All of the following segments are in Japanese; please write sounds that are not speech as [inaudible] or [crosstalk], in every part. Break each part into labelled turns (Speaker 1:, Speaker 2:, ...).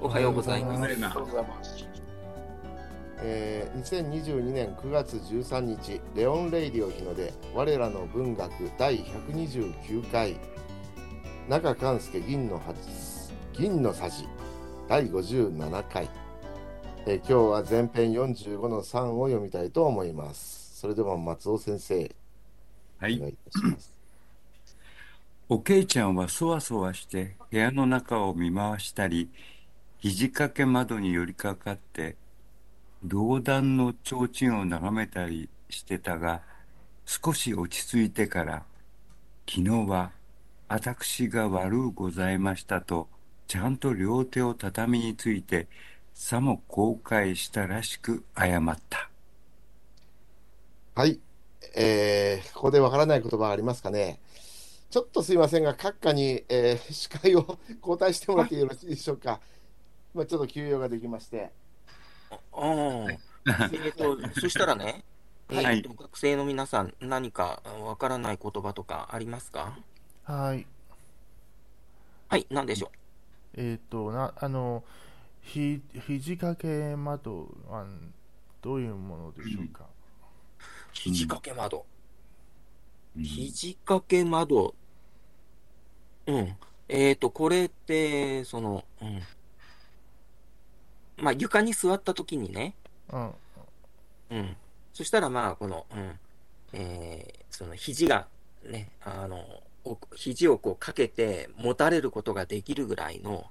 Speaker 1: ございます。
Speaker 2: ありがとうございます。
Speaker 3: えー2022年9月13日レオン・レイディオ日の出我らの文学第129回中勘介銀の八銀の差し第57回、えー今日は前編45の3を読みたいと思いますそれでは松尾先生
Speaker 1: は
Speaker 3: お願
Speaker 1: い。
Speaker 3: いいたします
Speaker 1: おけいちゃんはそわそわして部屋の中を見回したり、肘掛け窓に寄りかかって、銅弾の提灯を眺めたりしてたが、少し落ち着いてから、昨日は私が悪うございましたと、ちゃんと両手を畳について、さも後悔したらしく謝った。
Speaker 3: はい、えーここでわからない言葉はありますかねちょっとすいませんが閣下に、えー司会を交代してもらってよろしいでしょうかまあちょっと休養ができまして
Speaker 4: うん。えっと、そしたらね、
Speaker 1: [laughs] はい
Speaker 4: えっと、学生の皆さん、何かわからない言葉とかありますか
Speaker 5: はい。
Speaker 4: はい、何でしょ
Speaker 5: えっ、と、な、あの、ひ、肘掛け窓はどういうものでしょうか。
Speaker 4: う肘掛け窓。肘掛け窓。うん。えっ、と、これって、その、うん。まあ、床に座った時にね、
Speaker 5: うん。
Speaker 4: うん。そしたら、まあ、この、うん。えーその、肘が、ね、あの、お肘をこうかけて、持たれることができるぐらいの、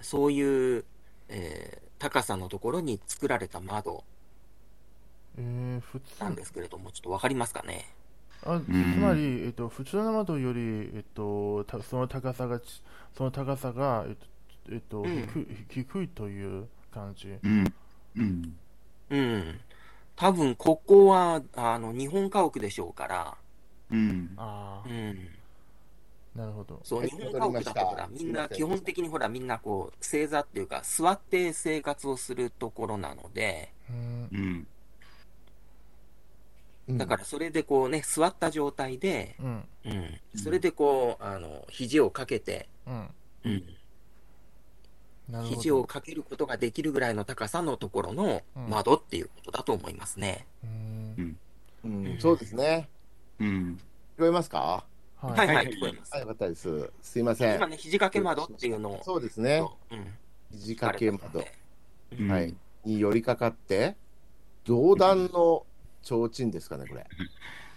Speaker 4: そういう、えー高さのところに作られた窓
Speaker 5: えー、普通
Speaker 4: なんですけれども、ちょっとわかりますかね。
Speaker 5: あつ
Speaker 1: ん
Speaker 5: まり、えっと、普通の窓より、えっと、たその高さがち、その高さが、えっと、えっと
Speaker 4: うん
Speaker 5: 低い低いという感じ。
Speaker 1: うん。うん。
Speaker 4: うん。多分、ここは、あの、日本家屋でしょうから、
Speaker 1: うん。
Speaker 5: あ
Speaker 4: う
Speaker 5: あ、
Speaker 4: ん。
Speaker 5: なるほど。
Speaker 4: そう、
Speaker 3: はい
Speaker 4: 日本家屋だとほら、
Speaker 3: わかりま
Speaker 4: み
Speaker 3: したすい
Speaker 4: んな、
Speaker 3: ません
Speaker 4: 基本的にほら、みんなこう、正座っていうか、座って生活をするところなので、
Speaker 5: うん、
Speaker 1: うん。
Speaker 3: うん
Speaker 4: だからそれでこうね、座った状態で、
Speaker 5: うん、
Speaker 4: うん。それでこう、あの、肘をかけて、
Speaker 5: うん。
Speaker 4: うん。
Speaker 5: なるほど。
Speaker 4: 肘をかけることができるぐらいの高さのところの
Speaker 5: うん
Speaker 4: 窓っていうことだと思いますね。
Speaker 5: うん
Speaker 3: うん、そうですね
Speaker 1: うん。
Speaker 3: 聞こえますか
Speaker 5: は
Speaker 4: はい
Speaker 5: い。
Speaker 4: はい、聞こえます
Speaker 3: あ、。よかったです。すいません
Speaker 4: 今。ね、肘掛け窓っていうのを、
Speaker 3: そうですね。
Speaker 4: うん。
Speaker 3: 肘掛け窓、
Speaker 4: うん
Speaker 3: はい、に寄りかかって、銅弾の提灯ですかね、これ。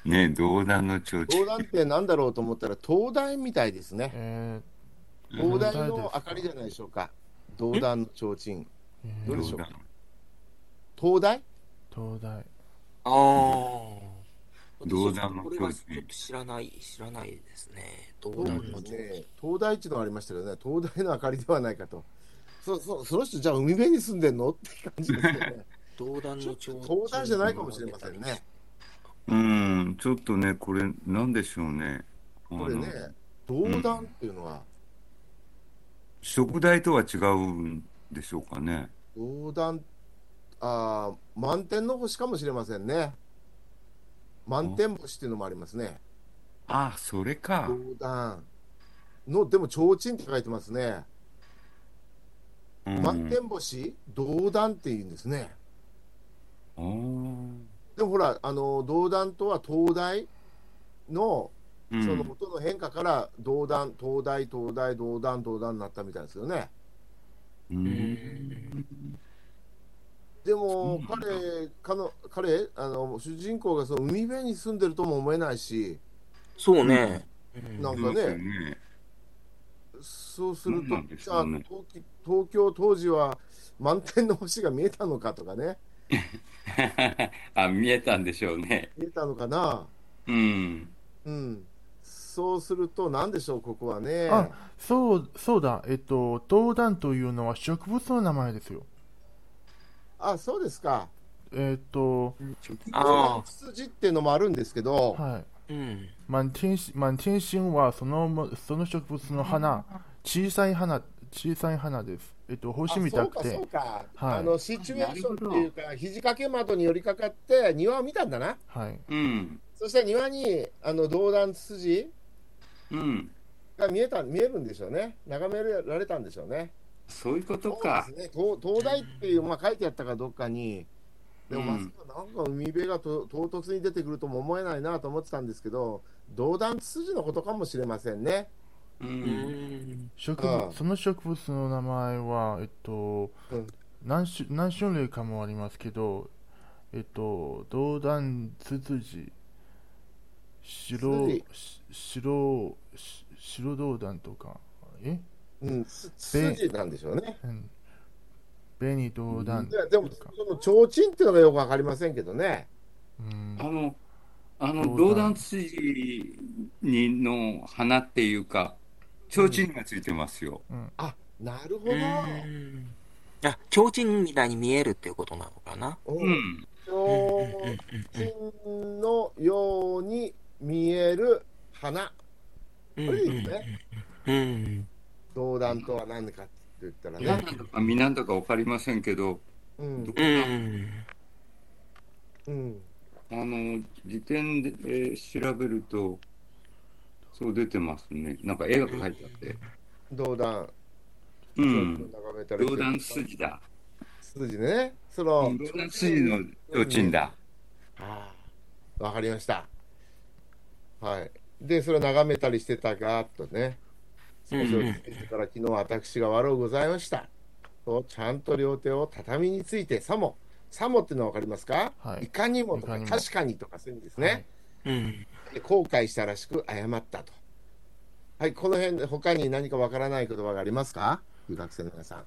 Speaker 1: ねえ、銅弾の提
Speaker 3: 銅
Speaker 1: 灯。
Speaker 3: 弾ってなんだろうと思ったら、灯台みたいですね。
Speaker 5: え
Speaker 1: うん
Speaker 3: 灯台の明かりじゃないでしょうか。銅弾の提灯。
Speaker 5: ー、え
Speaker 3: どう
Speaker 5: ー
Speaker 3: で、しょう灯台
Speaker 5: 東大。
Speaker 4: ああ。
Speaker 1: 銅山の
Speaker 4: これは
Speaker 1: 教
Speaker 4: ち
Speaker 1: 室
Speaker 4: ょっと知らない、知らないですね。銅
Speaker 3: そう
Speaker 4: 山
Speaker 3: で
Speaker 4: の
Speaker 3: す
Speaker 4: 教室
Speaker 3: ね。灯台っていうのがありましたけどね、灯台の明かりではないかと。そそその人、じゃあ海辺に住んでんのって感じですけどね。
Speaker 4: 銅山
Speaker 3: ちょ
Speaker 4: の
Speaker 3: っ
Speaker 4: 教
Speaker 3: と
Speaker 4: 室
Speaker 3: 灯台じゃないかもしれませんね。
Speaker 1: うん、ちょっとね、これ、なんでしょうね。
Speaker 3: これね
Speaker 1: あの、
Speaker 3: 銅弾っていうのは、
Speaker 1: 食材とは違うんでしょうかね。
Speaker 3: 横断あー満天の星かもしれませんね満天星っていうのもありますね
Speaker 1: あ、それか。
Speaker 3: 横断のでも提灯って書いてますね
Speaker 1: うん
Speaker 3: 満天星銅弾って言うんですね
Speaker 1: あー
Speaker 3: でもほらあの銅弾とは灯台の
Speaker 1: う
Speaker 3: その
Speaker 1: ん。
Speaker 3: 音の変化から銅弾灯台灯台銅弾銅弾になったみたいですよね
Speaker 1: うん
Speaker 3: でも
Speaker 1: そうなんだ
Speaker 3: 彼かの彼あの主人公がその海辺に住んでるとも思えないし
Speaker 4: そうね。
Speaker 3: なんかね
Speaker 1: そうですよね。
Speaker 3: そうする
Speaker 1: そう
Speaker 3: と、
Speaker 1: なんです
Speaker 3: じゃあ
Speaker 1: よね
Speaker 3: 東京東京当時は満天の星が見えたのかとかね、
Speaker 1: [laughs] あ、見えたんでしょうね。
Speaker 3: 見えたのかな、
Speaker 1: うん。
Speaker 3: うん、そうすると、なんでしょう、ここはね、
Speaker 5: あそう、そうだ。えっと、東大というのは植物の名前ですよ。
Speaker 3: あそうですか、
Speaker 5: えっと、
Speaker 4: あ
Speaker 3: 筋っていうのもあるんですけど、
Speaker 5: はい。
Speaker 4: あ。うん。
Speaker 5: 満天神満天神はそのもその植物の花、小さい花、小さい花です。えっと、
Speaker 3: あ
Speaker 5: 星
Speaker 3: そう
Speaker 5: み
Speaker 3: か、
Speaker 5: たく
Speaker 3: そ
Speaker 5: て
Speaker 3: う、か、
Speaker 5: はい
Speaker 3: あのシチュエーションっていうか、肘掛け窓に寄りかかって、庭を見たんだな、
Speaker 5: はい。
Speaker 1: うん。
Speaker 3: そしたら庭にあの銅弾筋
Speaker 1: うん。
Speaker 3: が見えた見えるんでしょうね、眺められたんでしょうね。
Speaker 1: そういうこと
Speaker 3: そ
Speaker 1: か
Speaker 3: う。ですね東東大っていう、まあ、書いてあったかどっかに、でもまさかなんか海辺がと唐突に出てくるとも思えないなと思ってたんですけど、道断筋のことかもしれませんね。
Speaker 1: う。
Speaker 4: うんん。
Speaker 5: 植物
Speaker 3: うん
Speaker 5: その植物の名前は、えっと
Speaker 3: うん
Speaker 5: 何種、何種類かもありますけど、えっと、銅弾ツツジ、白
Speaker 3: ツ、
Speaker 5: し白、し白銅弾とか、え
Speaker 3: うん、す筋なんでしょうね。
Speaker 5: うん紅銅弾
Speaker 3: いやでも、
Speaker 5: とか、
Speaker 3: その提灯っていうのがよくわかりませんけどね。
Speaker 5: うん
Speaker 1: あ、の、あ
Speaker 5: どう
Speaker 1: の、
Speaker 5: だ
Speaker 1: 銅弾筋にの花っていうか、提灯がついてますよ。
Speaker 3: あなるほど。
Speaker 4: うんあ、提灯みたいに見えるっていうことなのかな。
Speaker 3: う、
Speaker 1: うんん。
Speaker 3: 提灯のように見える花。
Speaker 4: う
Speaker 3: これいいです
Speaker 4: ん。
Speaker 3: ね。
Speaker 4: うん。
Speaker 3: 道断とは何かって言ったら
Speaker 1: 何
Speaker 3: ね。
Speaker 1: なのか何だか分かりませんけど、
Speaker 3: うん
Speaker 4: うん。
Speaker 3: うん
Speaker 1: あの、辞典でえー調べると、そう出てますね。なんか絵が描いてあって。
Speaker 3: 道断。ち
Speaker 1: う
Speaker 3: ょ
Speaker 1: ん。
Speaker 3: っと眺めたりして
Speaker 1: 銅弾筋だ。
Speaker 3: 筋ね。その
Speaker 1: 銅弾筋の提灯だ。
Speaker 3: ああわかりました。はい。で、それを眺めたりしてたがっとね、
Speaker 4: う
Speaker 3: 少
Speaker 4: ん
Speaker 3: し落ち着いてから昨日私が悪うございました。とちゃんと両手を畳について、さも、さもっていうのはわかりますか、
Speaker 5: はい
Speaker 3: かにもと
Speaker 5: いか
Speaker 3: か、
Speaker 5: にも
Speaker 3: 確かにとかするんですね、
Speaker 4: うん。
Speaker 3: で後悔したらしく謝ったと。はい、この辺で他に何かわからない言葉がありますか留学生の皆さん。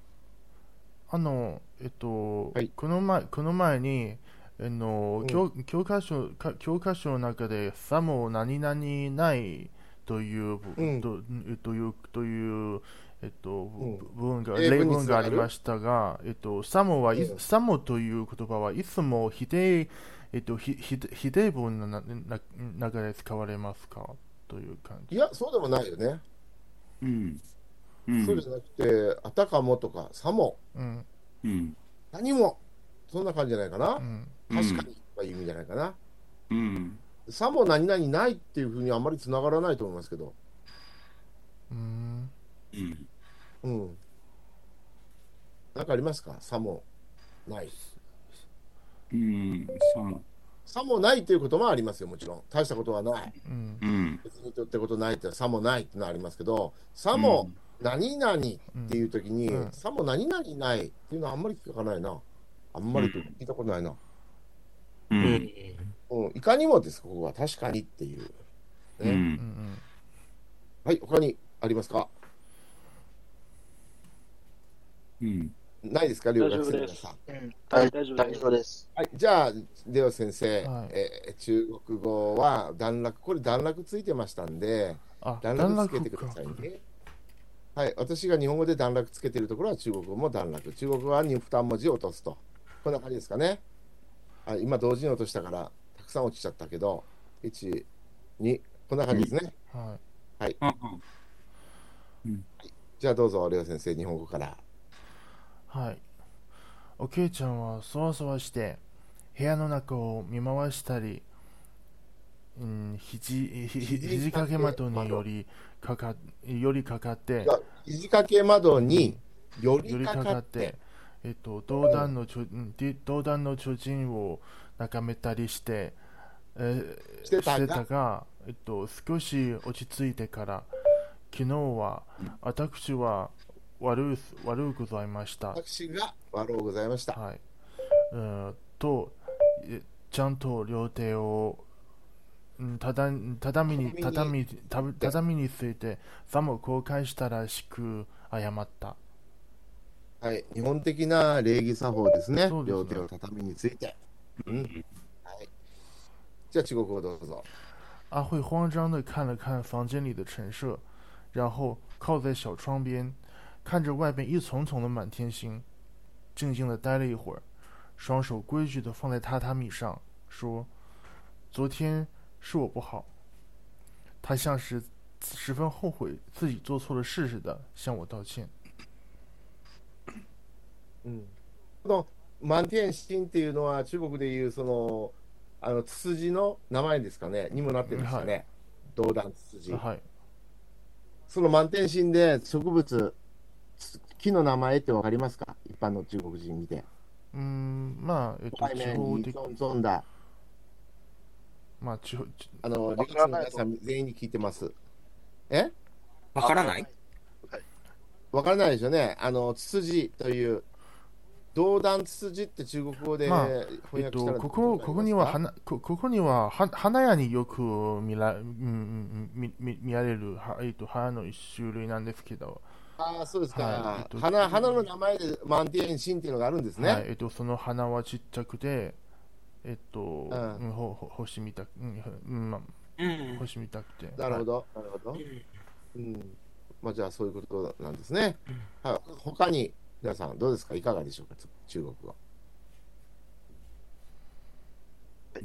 Speaker 5: あの、えっと、
Speaker 3: はい
Speaker 5: この前、この前に、あの
Speaker 3: うん
Speaker 5: 教教科書か教科書の中で、さも何々ないという、
Speaker 3: うん
Speaker 5: とという、という、えっと、
Speaker 3: ん
Speaker 5: 文が、
Speaker 3: 英文
Speaker 5: 例
Speaker 3: に
Speaker 5: 文があ
Speaker 3: つなが
Speaker 5: り
Speaker 3: る
Speaker 5: ましたが、えっと、さもはい、
Speaker 3: うん
Speaker 5: さもという言葉はいつも否定、えっと、ひひ否定文のなな中で使われますかという感じ。
Speaker 3: いや、そうでもないよね。
Speaker 1: うん。うん
Speaker 3: そうじゃなくて、あたかもとか、さも、
Speaker 5: うん、
Speaker 1: うん。
Speaker 3: 何も、そんな感じじゃないかな
Speaker 5: う。ん、
Speaker 3: 確かにとかいう意味じゃないかな。
Speaker 1: うん。
Speaker 3: さも何々ないっていうふうにあまりつながらないと思いますけど。
Speaker 5: うん。
Speaker 1: うん。
Speaker 3: うん。なんかありますかさもない。
Speaker 1: うん。さも
Speaker 3: さもないということもありますよ、もちろん。大したことはない。
Speaker 5: うん
Speaker 1: うん。
Speaker 3: 別にとってことないってさもないってのはありますけど、さも何々っていうときに、
Speaker 5: うん
Speaker 3: さも何々ないっていうのはあんまり聞かないな。あんまり聞いたことないな。
Speaker 1: う。
Speaker 4: うんん。
Speaker 3: うん、いかにもです、ここは確かにっていう。
Speaker 1: う
Speaker 3: ね
Speaker 5: うん
Speaker 1: ん。
Speaker 5: うん
Speaker 3: はい、他にありますか
Speaker 1: うん。
Speaker 3: ないですか、留学生の皆さん。
Speaker 2: はい、大丈夫です。
Speaker 3: はい、じゃあ、レオ先生、
Speaker 5: はい
Speaker 3: えー中国語は段落、これ段落ついてましたんで、
Speaker 5: あ、
Speaker 3: 段落つけてください
Speaker 5: 段落
Speaker 3: ね。はい、私が日本語で段落つけてるところは中国語も段落、中国語は2文字落とすと、こんな感じですかね。はい、今、同時に落としたから、たくさん落ちちゃったけど、1、2、こんな感じですね。
Speaker 5: かはい。
Speaker 3: じゃあ、どうぞ、レオ先生、日本語から。
Speaker 5: はい。おけいちゃんはそわそわして部屋の中を見回したり、うん、肘ひひ肘掛け窓によりかかよりかかって
Speaker 3: じゃあ肘掛け窓に寄
Speaker 5: 寄
Speaker 3: り
Speaker 5: り
Speaker 3: か
Speaker 5: か
Speaker 3: か
Speaker 5: か
Speaker 3: っ
Speaker 5: ってて、、えっと、道断のちょ、うんで道断の巨人を眺めたりして、えー
Speaker 3: してたが
Speaker 5: がえっと、少し落ち着いてから、昨日は、私は悪うす、悪うございました。
Speaker 3: 私が悪うございました。
Speaker 5: はい。うんと、えちゃんと両手を、うんただ畳に畳に畳畳について、さも後悔したらしく謝った。
Speaker 3: はい、日本的な礼儀作法ですね。
Speaker 5: そうで
Speaker 3: 両
Speaker 5: すね
Speaker 3: 手を畳について。うん。はい。じゃあ中国語どうぞ。
Speaker 5: 阿慧慌张地看了看房间里的陈设，然后靠在小窗边，看着外边一丛丛的满天星，静静地待了一会儿，双手规矩地放在榻榻米上，说：“昨天是我不好。”他像是十分后悔自己做错了事似的，向我道歉。
Speaker 3: うん。この満天神っていうのは中国でいうそのあのツツジの名前ですかねにもなってるんですよね。嗯
Speaker 5: 啊
Speaker 3: 道断ツツジ。
Speaker 5: はい。
Speaker 3: その満天神で植物つ木の名前ってわかりますか一般の中国人見て。
Speaker 5: 嗯，まあえっと
Speaker 3: 怖い
Speaker 5: 地
Speaker 3: ね、
Speaker 5: 方
Speaker 3: ニ
Speaker 5: 的
Speaker 3: ゾンゾンだ。
Speaker 5: まあ地方
Speaker 3: あの、リスナーの皆さん全員に聞いてます。え
Speaker 4: わからない
Speaker 3: わからないですよね。あの、ツツジという、道断ツツジって中国語で
Speaker 5: まあ
Speaker 3: 翻
Speaker 5: えっ
Speaker 3: 訳した
Speaker 5: と
Speaker 3: ら
Speaker 5: ここここには
Speaker 3: 花
Speaker 5: 花こここにはは花屋によく見らうんうんうん見見見られるはえっと花の一種類なんですけど、
Speaker 3: ああ、そうですか。
Speaker 5: はいえっと
Speaker 3: 花花の名前でマンティエンシンっていうのがあるんですね。
Speaker 5: はいえっとその花はちっちゃくてえっと、
Speaker 3: うん
Speaker 5: うん、ほほ星みたくうんうんまあ
Speaker 4: うん。
Speaker 5: 星みたくて
Speaker 3: なるほ
Speaker 5: ど
Speaker 3: ど、なるほど
Speaker 4: う。ん
Speaker 3: うん。まあ、じゃあ、そういうことなんですね。はい。他に、皆さん、どうですかいかがでしょうか中国語。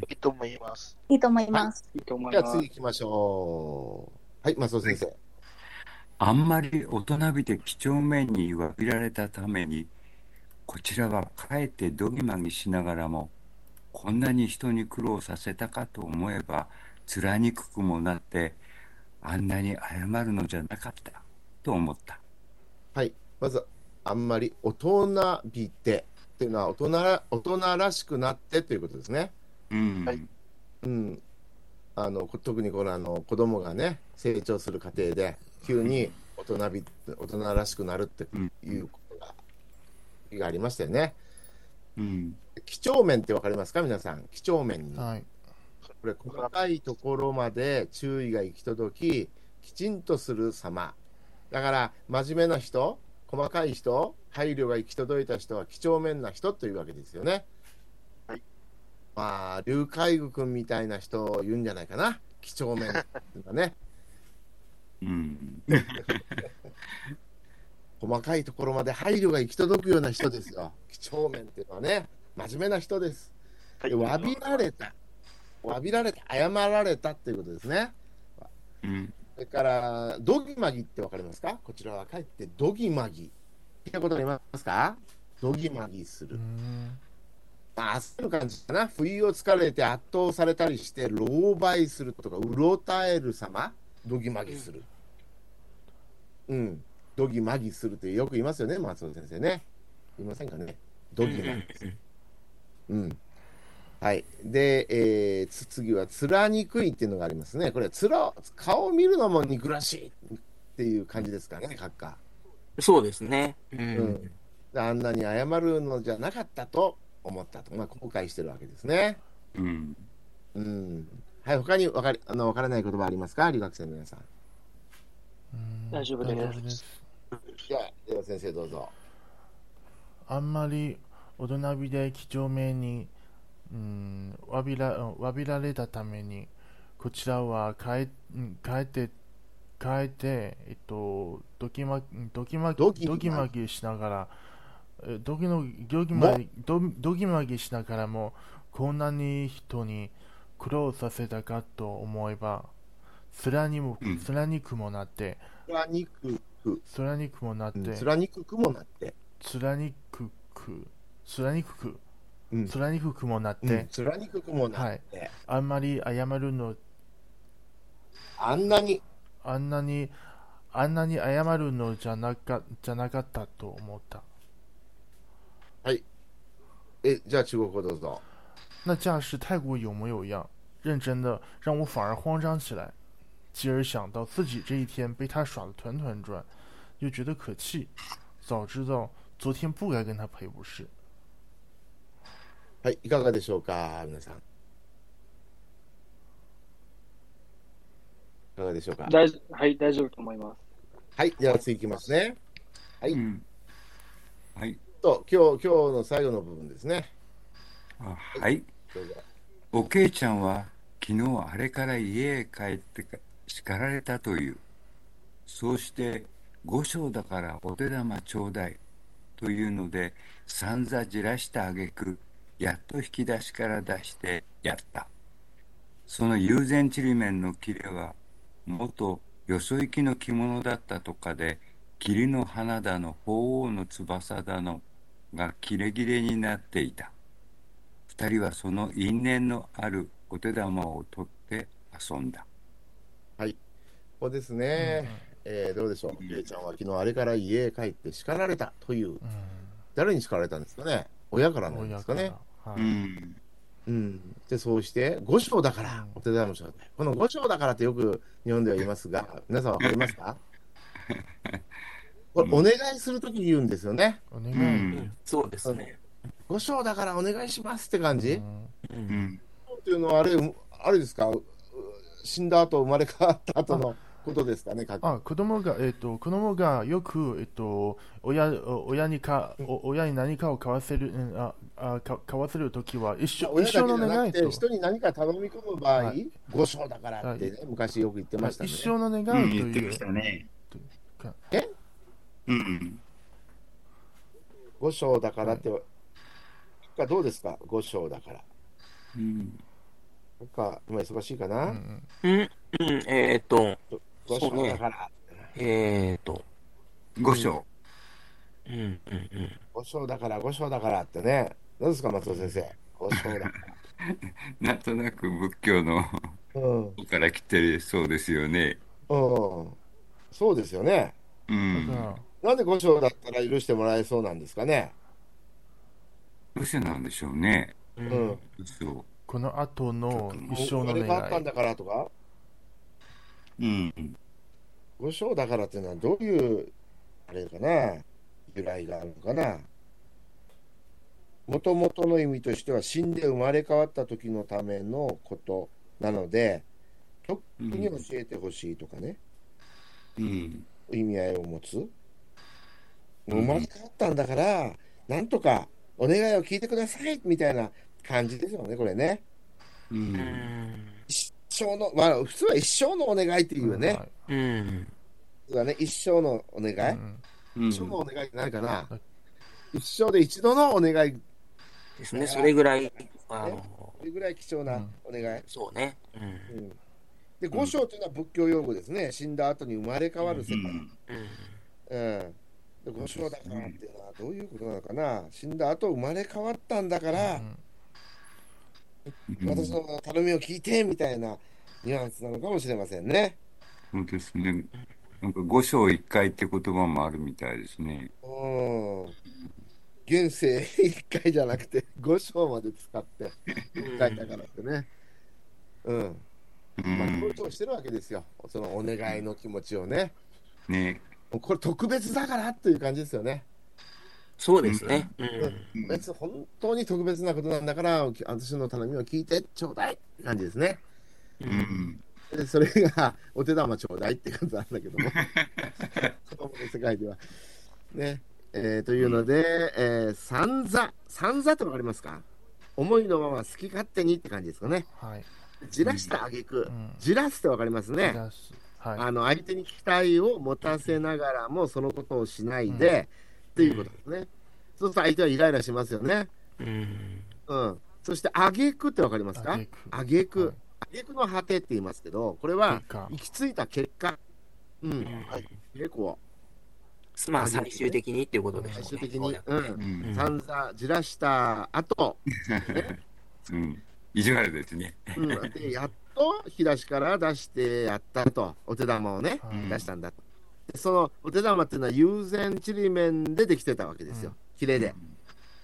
Speaker 2: いいと思います。
Speaker 6: いいと思います。
Speaker 2: いいと思い
Speaker 3: じゃ
Speaker 2: ま
Speaker 3: あ、
Speaker 2: す
Speaker 3: 次。行きましょう。はい、松尾先生。
Speaker 1: あんまり大人びて几帳面に詫びられたために、こちらはかえってどぎまぎしながらも、こんなに人に苦労させたかと思えば、貫くくもなって、あんなに謝るのじゃなかった、と思った。
Speaker 3: はい、まず、あんまり大人びてっていうのは大人ら、大人らしくなってということですね。
Speaker 1: うん。
Speaker 2: はい
Speaker 3: うん。あの、こ特にこの、あの、子供がね、成長する過程で、急に大人び、大人らしくなるっていうことが、がありましたよね。
Speaker 1: うん。
Speaker 3: 几帳面ってわかりますか皆さん。几帳面に。
Speaker 5: はい
Speaker 3: これ細かいところまで注意が行き届ききちんとする様だから真面目な人細かい人配慮が行き届いた人は几帳面な人というわけですよね
Speaker 2: はい
Speaker 3: まあ劉海軍君みたいな人を言うんじゃないかな几帳面だね [laughs]
Speaker 1: うん。
Speaker 3: 細かいところまで配慮が行き届くような人ですよ几帳面っていうのはね真面目な人です
Speaker 2: はい
Speaker 3: で詫びられた詫びられた謝られたっていうことですね
Speaker 1: うん。
Speaker 3: それから、ドギマギってわかりますかこちらはかえってドギマギ。聞いたことありますかドギマギす
Speaker 5: う
Speaker 3: る。
Speaker 5: ん
Speaker 3: まあ、焦る感じかな。不意をつかれて圧倒されたりして、狼狽するとか、うろたえる様、ドギマギする。うん。ドギマギするってよく言いますよね、松尾先生ね。言いませんかね。ドギマギ。うん。はい。で、えーつ次は、つらにくいっていうのがありますね。これ、つら、顔を見るのも憎らしいっていう感じですかね、閣下。
Speaker 4: そうですね。う
Speaker 3: うん
Speaker 4: ん。
Speaker 3: あんなに謝るのじゃなかったと思ったと。まあ、後悔してるわけですね。
Speaker 1: うん。
Speaker 3: うん。はい、他にわかり、あの、わからない言葉ありますか留学生の皆さん。
Speaker 5: うん
Speaker 2: 大丈夫で
Speaker 5: 大
Speaker 2: す
Speaker 5: 丈夫です
Speaker 3: じゃあ、では先生どうぞ。
Speaker 5: あんまり大人びで几帳面に、うん、詫びらうん詫びられたためにこちらは変えうん変えて変えてえっとドキマうんドキマ
Speaker 3: ドキマギ
Speaker 5: ドキマギしながらえドキのドキマギドドキマギしながらもこんなに人に苦労させたかと思えば貫にも
Speaker 1: うん
Speaker 5: 貫くもなって
Speaker 3: つらにくく。
Speaker 5: 貫くもなって
Speaker 3: つらにくくもなって。
Speaker 5: 貫くく貫くく
Speaker 3: うん。
Speaker 5: 貫くくもなって、
Speaker 3: うんつらにくくもなって。
Speaker 5: あんまり謝るの
Speaker 3: あんなに、
Speaker 5: あんなにあんなに謝るのじゃなかじゃなかったと思った。
Speaker 3: え、じゃあ中国語どうぞ。
Speaker 5: 那架势太过有模有样，认真的让我反而慌张起来，继而想到自己这一天被他耍得团团转，又觉得可气。早知道昨天不该跟他赔不是。
Speaker 3: はい、いかがでしょうか、皆さん。いかがでしょうか。
Speaker 2: 大丈夫はい、大丈夫と思います。
Speaker 3: はい、では次いきますね。
Speaker 1: うん。はい。
Speaker 3: と、今日、今日の最後の部分ですね。
Speaker 1: あはい。
Speaker 3: どうぞ
Speaker 1: おけいちゃんは昨日あれから家へ帰ってか叱られたという。そうして五章だからお手玉ちょうだいというので散々じらした挙句やっと引き出しから出してやった。その友禅ちりめんの切れは元よそ行きの着物だったとかで霧の花だの鳳凰の翼だのが切れ切れになっていた。二人はその因縁のあるお手玉を取って遊んだ。
Speaker 3: ここですね。えーどうでしょう、けいちゃんは昨日あれから家へ帰って叱られたと
Speaker 5: 嗯
Speaker 3: いう、
Speaker 5: うん
Speaker 3: 誰に叱られたんですかね、親からなんで
Speaker 5: 親
Speaker 3: す
Speaker 5: か
Speaker 3: からね。
Speaker 5: は
Speaker 1: う
Speaker 3: 嗯
Speaker 5: い
Speaker 1: ん。
Speaker 3: うん、でそうして、五章だから、お手伝いもしようねこの五章だからってよく日本では言いますが、皆さんわかりますかこれ、お願いするとき言うんですよね。
Speaker 5: お
Speaker 1: う
Speaker 5: 願い
Speaker 3: 嗯
Speaker 1: ん。
Speaker 4: そうですね。
Speaker 3: 五章だからお願いしますって感
Speaker 5: う
Speaker 3: じ。
Speaker 5: ん
Speaker 4: う。
Speaker 1: うんん。
Speaker 3: っていうのは、あれ、あれですか、う死んだ後、生まれ変わった後のことですかね、か
Speaker 5: あ子供が、えっと、子供がよく、えっと、親お親にかお親に何かを買わせる、うん、ああか買わせるときは一生
Speaker 3: 親
Speaker 5: 一
Speaker 3: だけ
Speaker 5: 生
Speaker 3: じゃ
Speaker 5: の願
Speaker 3: ないくて、
Speaker 5: と。
Speaker 3: 人に何か頼み込む場合
Speaker 5: は、
Speaker 3: 五章だからってね、昔よく言ってましたね
Speaker 5: 一。生の
Speaker 1: う
Speaker 5: 願い
Speaker 1: ん
Speaker 5: と
Speaker 1: 言って
Speaker 5: い
Speaker 1: ま
Speaker 5: う
Speaker 1: し、たね。
Speaker 3: え
Speaker 1: うん。
Speaker 3: 五章だからって、かどうですか、五章だから。
Speaker 1: うん。
Speaker 3: なんか今忙しいか
Speaker 5: う
Speaker 3: な、
Speaker 5: ん
Speaker 4: うん。うん。えーっと、
Speaker 3: 五
Speaker 4: そう
Speaker 3: 章
Speaker 4: ね
Speaker 3: だから、
Speaker 4: えーっと、
Speaker 1: 五章。
Speaker 4: うんうんうん。
Speaker 3: 五章だから、五章だからってね、どうですか、松尾先生、五章だから。
Speaker 1: なんとなく仏教の
Speaker 3: うん、
Speaker 1: 方から来てそうですよね。
Speaker 3: うん、そうですよね。
Speaker 1: う
Speaker 5: うん、だか
Speaker 1: ん。
Speaker 5: ら
Speaker 3: なんで五章だったら許してもらえそうなんですかね。
Speaker 1: どうしてなんでしょうね。
Speaker 4: う
Speaker 3: うんん、
Speaker 1: そ
Speaker 5: この後の一
Speaker 3: お
Speaker 5: 生
Speaker 3: 金
Speaker 5: の願
Speaker 3: があったん
Speaker 5: い。
Speaker 3: だからとか、
Speaker 1: う。うん。
Speaker 3: 五章だからっていうのはどういう、あれかな、由来があるのかな。もともとの意味としては死んで生まれ変わった時のためのことなので、特に教えてほしいとかね。
Speaker 1: うん。
Speaker 3: 意味合いを持つ
Speaker 1: うん
Speaker 3: 生まれ変わったんだから、なんとかお願いを聞いてくださいみたいな感じですよね、これね。
Speaker 1: う。
Speaker 4: うんん。
Speaker 3: 一生の、まあ、普通は一生のお願いっていうよね。
Speaker 5: はい
Speaker 4: うん。
Speaker 3: 普通はね、一生のお願い。
Speaker 5: う
Speaker 1: う
Speaker 5: ん
Speaker 1: ん
Speaker 3: 一生のお願いってないかな
Speaker 5: はい。
Speaker 3: 一生で一度のお願いっ
Speaker 4: ですね。それぐらい、あの、
Speaker 3: ていうぐらい貴重なお願い。
Speaker 4: そうね。うん。
Speaker 3: うんで、五章というのは仏教用語ですね。死んだ後に生まれ変わる世界。
Speaker 4: うん。
Speaker 3: うん。で、五章だからっていうのはどういうことなのかな。死んだ後生まれ変わったんだから、
Speaker 1: うん
Speaker 3: 私の頼みを聞いてみたいなニュアンスなのかもしれませんね。
Speaker 1: そうですね。なんか五章一回って言葉もあるみたいですね。
Speaker 3: うん。現世一回じゃなくて五章まで使って一回だからってね。うん。
Speaker 1: う
Speaker 3: まあ、こういう。
Speaker 1: ん
Speaker 3: ことをしてるわけですよ。そのお願いの気持ちをね。
Speaker 1: ね。
Speaker 3: もうこれ特別だからという感じですよね。
Speaker 4: そうですね。うん。
Speaker 1: うん
Speaker 3: 別に本当に特別なことなんだから、私の頼みを聞いてちょうだいって感じですね。
Speaker 4: う。
Speaker 1: うんん。
Speaker 3: でそれがお手玉ちょうだいって感じなんだけども子供の世界では。ねえーというので、えー、三座三座ってわかりますか思いのまま好き勝手にって感じですかね。
Speaker 5: はい。
Speaker 3: じらした挙句
Speaker 5: うん
Speaker 3: じらすってわかりますね。
Speaker 5: は
Speaker 3: あの相手に期待を持たせながらもそのことをしないで、っていうことですね。そうすると相手はイライラしますよね。
Speaker 4: うん。
Speaker 3: うん。そして挙句ってわかります
Speaker 5: い。
Speaker 3: か
Speaker 5: 挙
Speaker 3: 挙
Speaker 5: 句
Speaker 3: 句
Speaker 5: はい
Speaker 3: 挙句の果てって言いますけど、これは
Speaker 5: 結果
Speaker 3: 行き着いた結果、う、
Speaker 4: うんん
Speaker 3: 結構
Speaker 4: まあ、最終的にっていうことでしょう
Speaker 3: 最
Speaker 4: ね。
Speaker 3: 終的に、
Speaker 4: う
Speaker 3: う、
Speaker 1: うんん。
Speaker 3: 散々じらした後、
Speaker 1: うん。意地悪ですね。
Speaker 3: うん、でやっと引き出しから出してやったと、お手玉をね、
Speaker 5: はい
Speaker 1: うん
Speaker 3: 出したんだと。でそのお手玉っていうのは友禅ちりめんでできてたわけですよ、綺麗で。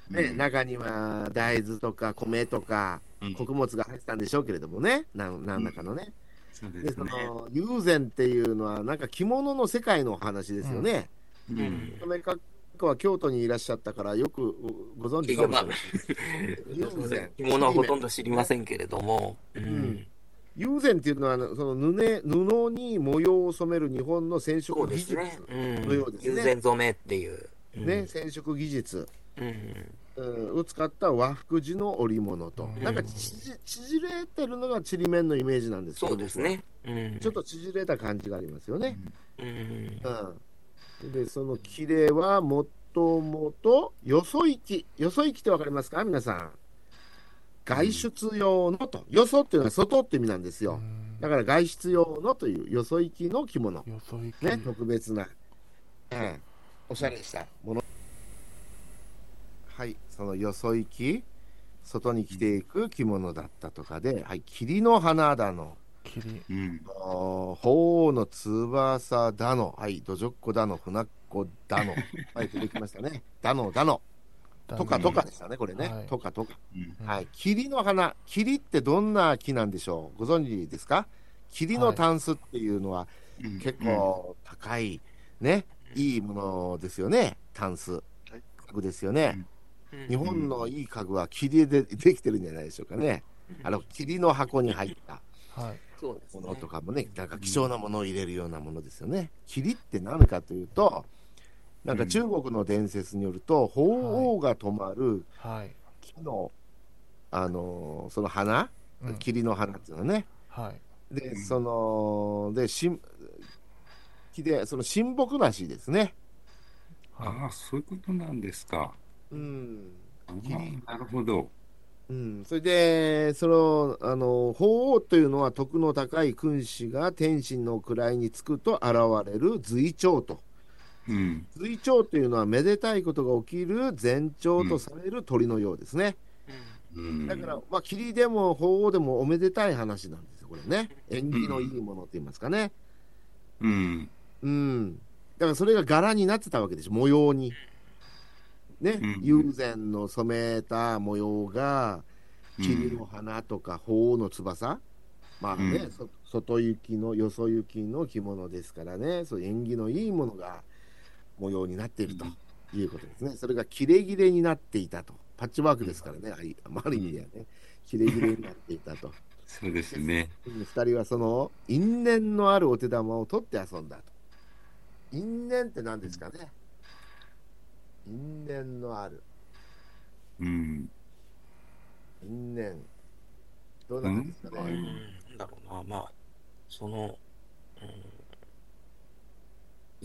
Speaker 3: ね、中には大豆とか米とか
Speaker 1: うん
Speaker 3: 穀物が入ってたんでしょうけれどもね、なん何らかのね。
Speaker 1: そうで
Speaker 3: ですそ
Speaker 1: ね。
Speaker 3: の友禅っていうのはなんか着物の世界のお話ですよね。
Speaker 1: うん。
Speaker 3: アメリカは京都にいらっしゃったからよくご存知かもしれない。友禅。
Speaker 4: [laughs] 着物はほとんど知りませんけれども。うん
Speaker 3: 友禅っていうのはあのその布布に模様を染める日本の染
Speaker 4: そ
Speaker 3: 色
Speaker 4: うで
Speaker 3: 技
Speaker 4: す
Speaker 3: 術
Speaker 4: ね。うん
Speaker 3: のようですね
Speaker 4: 友禅染めっていう。うん
Speaker 3: ね、染色技術、
Speaker 4: うん。
Speaker 3: うんを使った和服地の織物と、
Speaker 5: うん
Speaker 3: なんか縮縮れてるのがちりめんのイメージなんですけど
Speaker 4: そうですね。うん。
Speaker 3: ちょっと縮れた感じがありますよね、
Speaker 4: うん。
Speaker 3: うん、でその綺麗はもともとよそ行きよそ行きってわかりますか皆さん外出用のとよそっていうのは外って意味なんですよ、
Speaker 5: うん
Speaker 3: だから外出用のというよそ行きの着物、
Speaker 5: よそ行き。
Speaker 3: ね、特別な、うん、おしゃれしたもの。はい、そのよそ行き、外に着ていく着物だったとかで、はい、霧の花だの、
Speaker 5: 霧
Speaker 1: うん。
Speaker 3: あー鳳凰の翼だの、はい、どじょっこだの、船っこだ [laughs] の、はい、出てきましたね。だの、だの、とかとかでしたね、これ
Speaker 5: は
Speaker 3: ね
Speaker 5: い。
Speaker 3: とかとか。
Speaker 1: うん
Speaker 5: うん
Speaker 3: はい、霧の花、霧ってどんな木なんでしょう、ご存知ですか霧のタンスっていうのは
Speaker 1: うん
Speaker 3: 結構高い、ね、いいものですよね、タンス、家具ですよね。
Speaker 4: うん
Speaker 3: 日本のいい家具は霧でできてるんじゃないでしょうかね。
Speaker 4: うん
Speaker 3: あの霧の箱に入った
Speaker 5: はい
Speaker 4: そうです
Speaker 3: も
Speaker 4: ね
Speaker 3: のとかもね、なんか貴重なものを入れるようなものですよね。霧って何かというと、なんか中国の伝説によると、鳳凰が止まる
Speaker 5: はい、
Speaker 3: 木の、あのーその花、
Speaker 5: うん、
Speaker 3: 霧の花っていうのはね。
Speaker 5: はい
Speaker 3: で、
Speaker 1: うん
Speaker 3: その、で、しん、木で、その親睦らしいですね。
Speaker 5: はい
Speaker 1: ああ、そういうことなんですか。
Speaker 3: うん。
Speaker 1: あーなるほど。
Speaker 3: うん、それで、その、あの、鳳凰というのは徳の高い君子が天心の位につくと現れる随長と。
Speaker 1: うん。
Speaker 3: 随長というのはめでたいことが起きる前兆とされる鳥のようですね。
Speaker 1: うん
Speaker 3: だから、まあ、霧でも鳳凰でもおめでたい話なんですよ、これね。縁起のいいものと言いますかね。
Speaker 1: うん。
Speaker 3: うん。だからそれが柄になってたわけでしょ、模様に。ね
Speaker 1: うん、
Speaker 3: 友禅の染めた模様が、霧の花とか鳳凰の翼。まあね、
Speaker 1: うん
Speaker 3: そ外行きの、よそ行きの着物ですからね、そう縁起のいいものが模様になっているということですね。それが切れ切れになっていたと。パッチワークですからね、あいある意味ではね、切れ切れになっていたと。
Speaker 1: そうですね。
Speaker 3: 二人はその因縁のあるお手玉を取って遊んだと。因縁って何ですかね因縁のある。
Speaker 1: うん。
Speaker 3: 因縁。どうなんですか
Speaker 4: う
Speaker 1: う
Speaker 3: ね、
Speaker 4: んなんだろうなまあその、うん、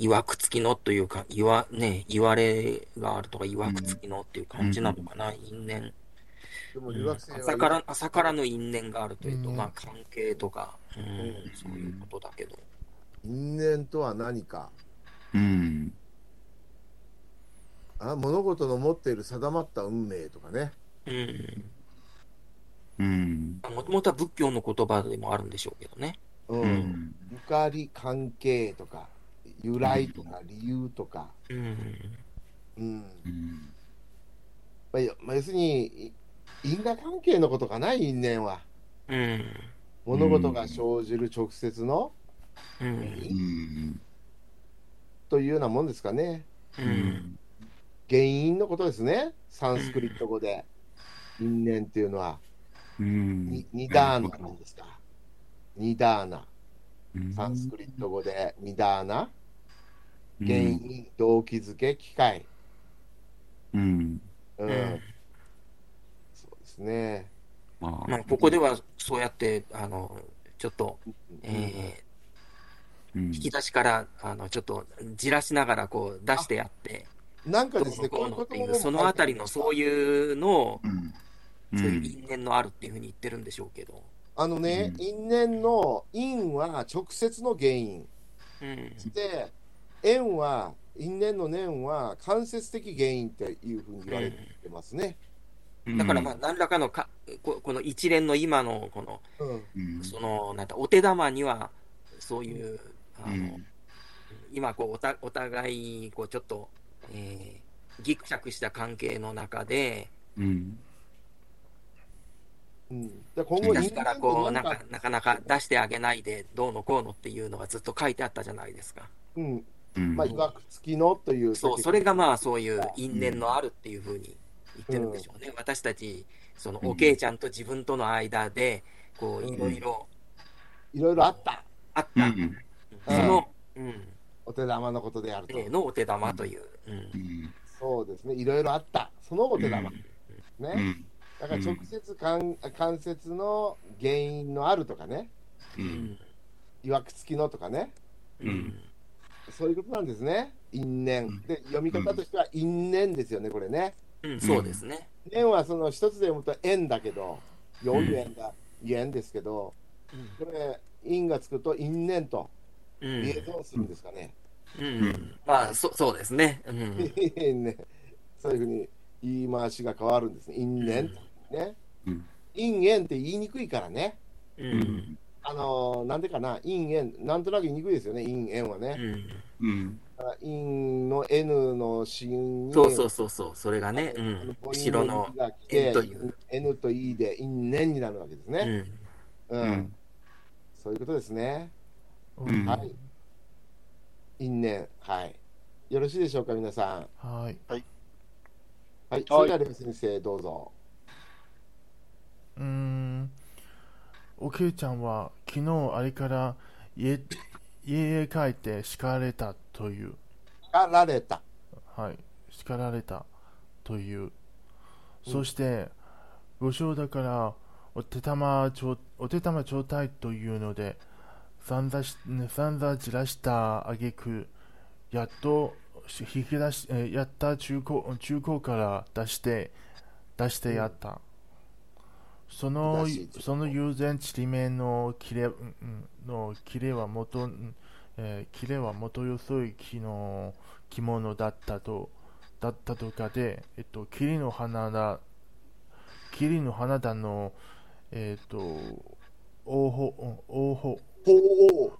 Speaker 4: いわくつきのというかいわねいわれがあるとかいわくつきのっていう感じなのかな、因縁、
Speaker 3: でも
Speaker 4: うん
Speaker 3: 留学生は、
Speaker 4: 朝から朝からの因縁があるというと、
Speaker 5: うん
Speaker 4: まあ関係とか、うん
Speaker 3: うん
Speaker 4: そういうことだけど、
Speaker 3: 因縁とは何か
Speaker 1: うん。
Speaker 3: あ物事の持っている定まった運命とかね。
Speaker 4: うん、
Speaker 1: うん。
Speaker 4: もともとは仏教の言葉でもあるんでしょうけどね、
Speaker 3: うん。
Speaker 1: うん。
Speaker 3: ゆかり関係とか、由来とか理由とか。
Speaker 4: うん、
Speaker 3: うん。
Speaker 1: うん
Speaker 3: まあ、よまあ要するに、い因果関係のことかな、因縁は。
Speaker 4: うん、
Speaker 3: 物事が生じる直接の、
Speaker 4: うん、
Speaker 1: うん。
Speaker 3: というようなもんですかね。
Speaker 4: う、
Speaker 1: うんん。
Speaker 3: 原因のことですね。サンスクリット語で。因縁っていうのは、
Speaker 1: うん
Speaker 3: ニニダーナなんですか。ニダーナ。サンスクリット語でニダーナ。原因、動機づけ、機械。
Speaker 1: うん。
Speaker 3: う。
Speaker 4: うんん。
Speaker 3: そうですね。
Speaker 1: ま
Speaker 4: まあ、ここではそうやって、あの、ちょっと、えー
Speaker 1: うん
Speaker 4: 引き出しから、あの、ちょっと、じらしながら、こう、出してやって、
Speaker 3: なんか
Speaker 4: どう
Speaker 3: です
Speaker 4: の
Speaker 3: ね、
Speaker 4: こうのっていう、
Speaker 3: も
Speaker 4: そのあたりのそういうのを、
Speaker 1: うんう。
Speaker 4: そういうん因縁のあるっていうふうに言ってるんでしょうけど。
Speaker 3: あのね、
Speaker 1: うん
Speaker 3: 因縁の因は直接の原因。
Speaker 4: うん。
Speaker 3: で、縁は、因縁の念は間接的原因っていうふうに言われてますね。
Speaker 1: うん
Speaker 4: だから、まあ、、何らかのか、ここの一連の今の、この、
Speaker 3: うん。
Speaker 1: うん
Speaker 4: その、なんだ、お手玉には、そういう、あ
Speaker 1: う
Speaker 4: の
Speaker 1: ん、
Speaker 4: 今、こう、おた、お互い、こう、ちょっと、えー、ぎくしゃくした関係の中で、
Speaker 1: うん。
Speaker 3: うん、で今
Speaker 1: も
Speaker 3: 後
Speaker 1: う
Speaker 4: だ
Speaker 3: 因
Speaker 4: か
Speaker 3: 縁
Speaker 4: らこう、な
Speaker 3: なんんか、、
Speaker 4: かなかなか出してあげないで、どうのこうのっていうのがずっと書いてあったじゃないですか。
Speaker 3: うん、
Speaker 1: うん
Speaker 3: まあ、いわくつきのという。
Speaker 4: そう、それがまあ、そういう因縁のあるっていうふうに言ってるんでしょうね。私たち、その、
Speaker 1: うん
Speaker 4: おけいちゃんと自分との間で、こう、いろいろ
Speaker 3: いろいろあった。
Speaker 4: あっ
Speaker 1: う
Speaker 4: た、
Speaker 1: ん
Speaker 4: その、うん、
Speaker 3: お手玉のことであると。
Speaker 4: 例のお手玉という。うん
Speaker 1: うん
Speaker 3: そうですね。いろいろあった。そのお手玉。ね。
Speaker 1: うん
Speaker 3: だから直接間間接の原因のあるとかね。
Speaker 1: う
Speaker 4: うんん
Speaker 3: いわくつきのとかね。
Speaker 4: うん
Speaker 3: そういうことなんですね。因縁。で、読み方としては因縁ですよね、これね。
Speaker 4: うん、そうですね。
Speaker 3: 縁はその一つで読むと縁だけど、四円が縁ですけど、これ、因がつくと因縁と
Speaker 4: うん、
Speaker 3: リエゾンするんですかね。
Speaker 4: うん、うんまあ、そそうですね。うん、
Speaker 3: ね、そういうふうに言い回しが変わるんですね。因縁、ね。
Speaker 1: うん
Speaker 3: 因縁って言いにくいからね。
Speaker 4: うん、
Speaker 3: あのーなんでかな、陰縁、なんとなく言いにくいですよね、陰縁は
Speaker 4: う
Speaker 3: ね。
Speaker 4: ん。
Speaker 1: うん。
Speaker 3: 陰の N の死因に、
Speaker 4: そうそうそうそう、それがね、う
Speaker 3: あの
Speaker 4: ん。
Speaker 3: 母音
Speaker 4: 白の
Speaker 3: E が来て
Speaker 4: N という
Speaker 3: N と E で因縁になるわけです
Speaker 4: う
Speaker 3: ね。
Speaker 4: ん。
Speaker 3: う、
Speaker 1: うんん。
Speaker 3: そういうことですね。
Speaker 1: うん
Speaker 3: はい。因縁、はい。よろしいでしょうか、皆さん。
Speaker 5: はい。
Speaker 3: はい、それでは、レオ先生、どうぞ。
Speaker 5: うーん。おけいちゃんは昨日あれから家家へ帰って叱られたという、
Speaker 3: あられた。
Speaker 5: はい、叱られたという、そして、ご賞だからお手玉ちょお手玉ちょうだいというので、散々し散々じらした挙句やっとし引き出し、えーやった中高中高から出して、出してやった。その
Speaker 3: 出し中、古
Speaker 5: その友禅ちりめんの切れ、うんうんの切れは元、うんえー切れは元よそい木の着物だったと、だったとかで、えっと、霧の花だ、霧の花だの、えっと、王鵬、王鵬、
Speaker 3: ほう。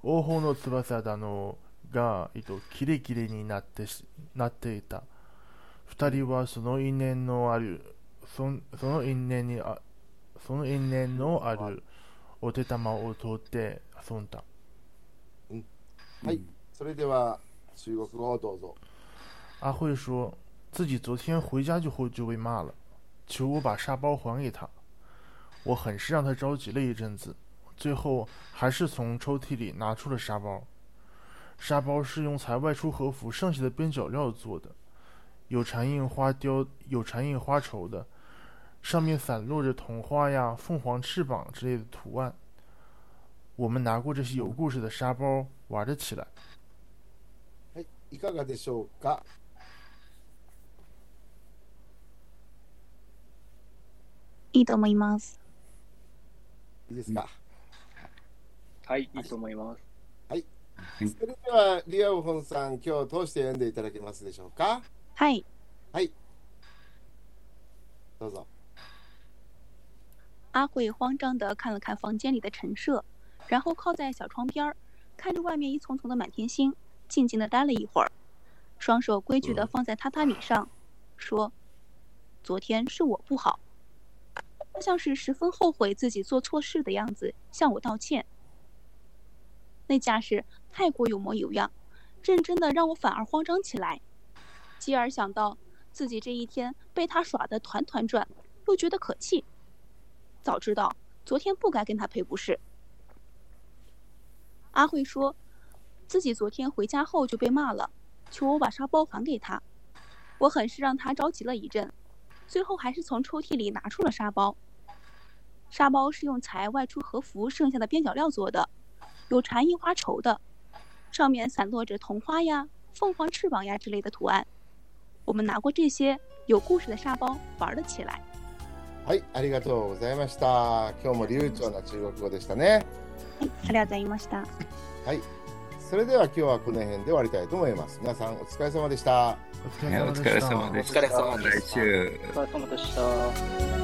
Speaker 5: 王鵬の翼だのが、えっと、キレキレになってしなっていた二人はその因縁のあるそんその因縁にあその因縁のあるお手玉を通って遊んだ
Speaker 3: はい。それでは、中国語をどうぞ。
Speaker 5: 阿慧说自己昨天回家就后就被骂了，求我把沙包还给他。我很是让他着急了一阵子，最后还是从抽屉里拿出了沙包。沙包是用才外出和服剩下的边角料做的，有蝉印花雕，有蝉印花绸的，上面散落着桐花呀、凤凰翅膀之类的图案。我们拿过这些有故事的沙包玩了起来。
Speaker 3: いかがでしょうか。
Speaker 6: いいと思います。
Speaker 3: いいですか。
Speaker 2: はい、いいと思います。
Speaker 3: それでは、リアオホンさん、今日通して読んでいただけますでしょうか。
Speaker 6: はい。
Speaker 3: どうぞ。
Speaker 6: 阿慧慌张地看了看房间里的陈设，然后靠在小窗边儿，看着外面一丛丛的满天星，静静地待了一会儿，双手规矩地放在榻榻米上，说：“昨天是我不好。”他像是十分后悔自己做错事的样子，向我道歉。那架势太过有模有样，认真的让我反而慌张起来，继而想到自己这一天被他耍得团团转，又觉得可气。早知道昨天不该跟他赔不是。阿慧说，自己昨天回家后就被骂了，求我把沙包还给他。我很是让他着急了一阵，最后还是从抽屉里拿出了沙包。沙包是用裁外出和服剩下的边角料做的，有蝉印花绸的，上面散落着桐花呀、凤凰翅膀呀之类的图案。我们拿过这些有故事的沙包玩了起来。
Speaker 3: はい、ありがとうございました。今日も流暢な中国語でしたね。
Speaker 6: はい、ありがとうございました。
Speaker 3: はい。それでは今日はこの辺で終わりたいと思います。皆さんお疲れ様でした。
Speaker 5: お疲
Speaker 1: ねお疲
Speaker 5: れ
Speaker 1: れ [laughs]
Speaker 5: 様
Speaker 1: 様
Speaker 5: で
Speaker 1: で
Speaker 5: し。
Speaker 1: した
Speaker 4: お疲
Speaker 1: た。
Speaker 4: れ様で
Speaker 1: 来
Speaker 4: した。
Speaker 1: 週。
Speaker 2: お疲れ様でした。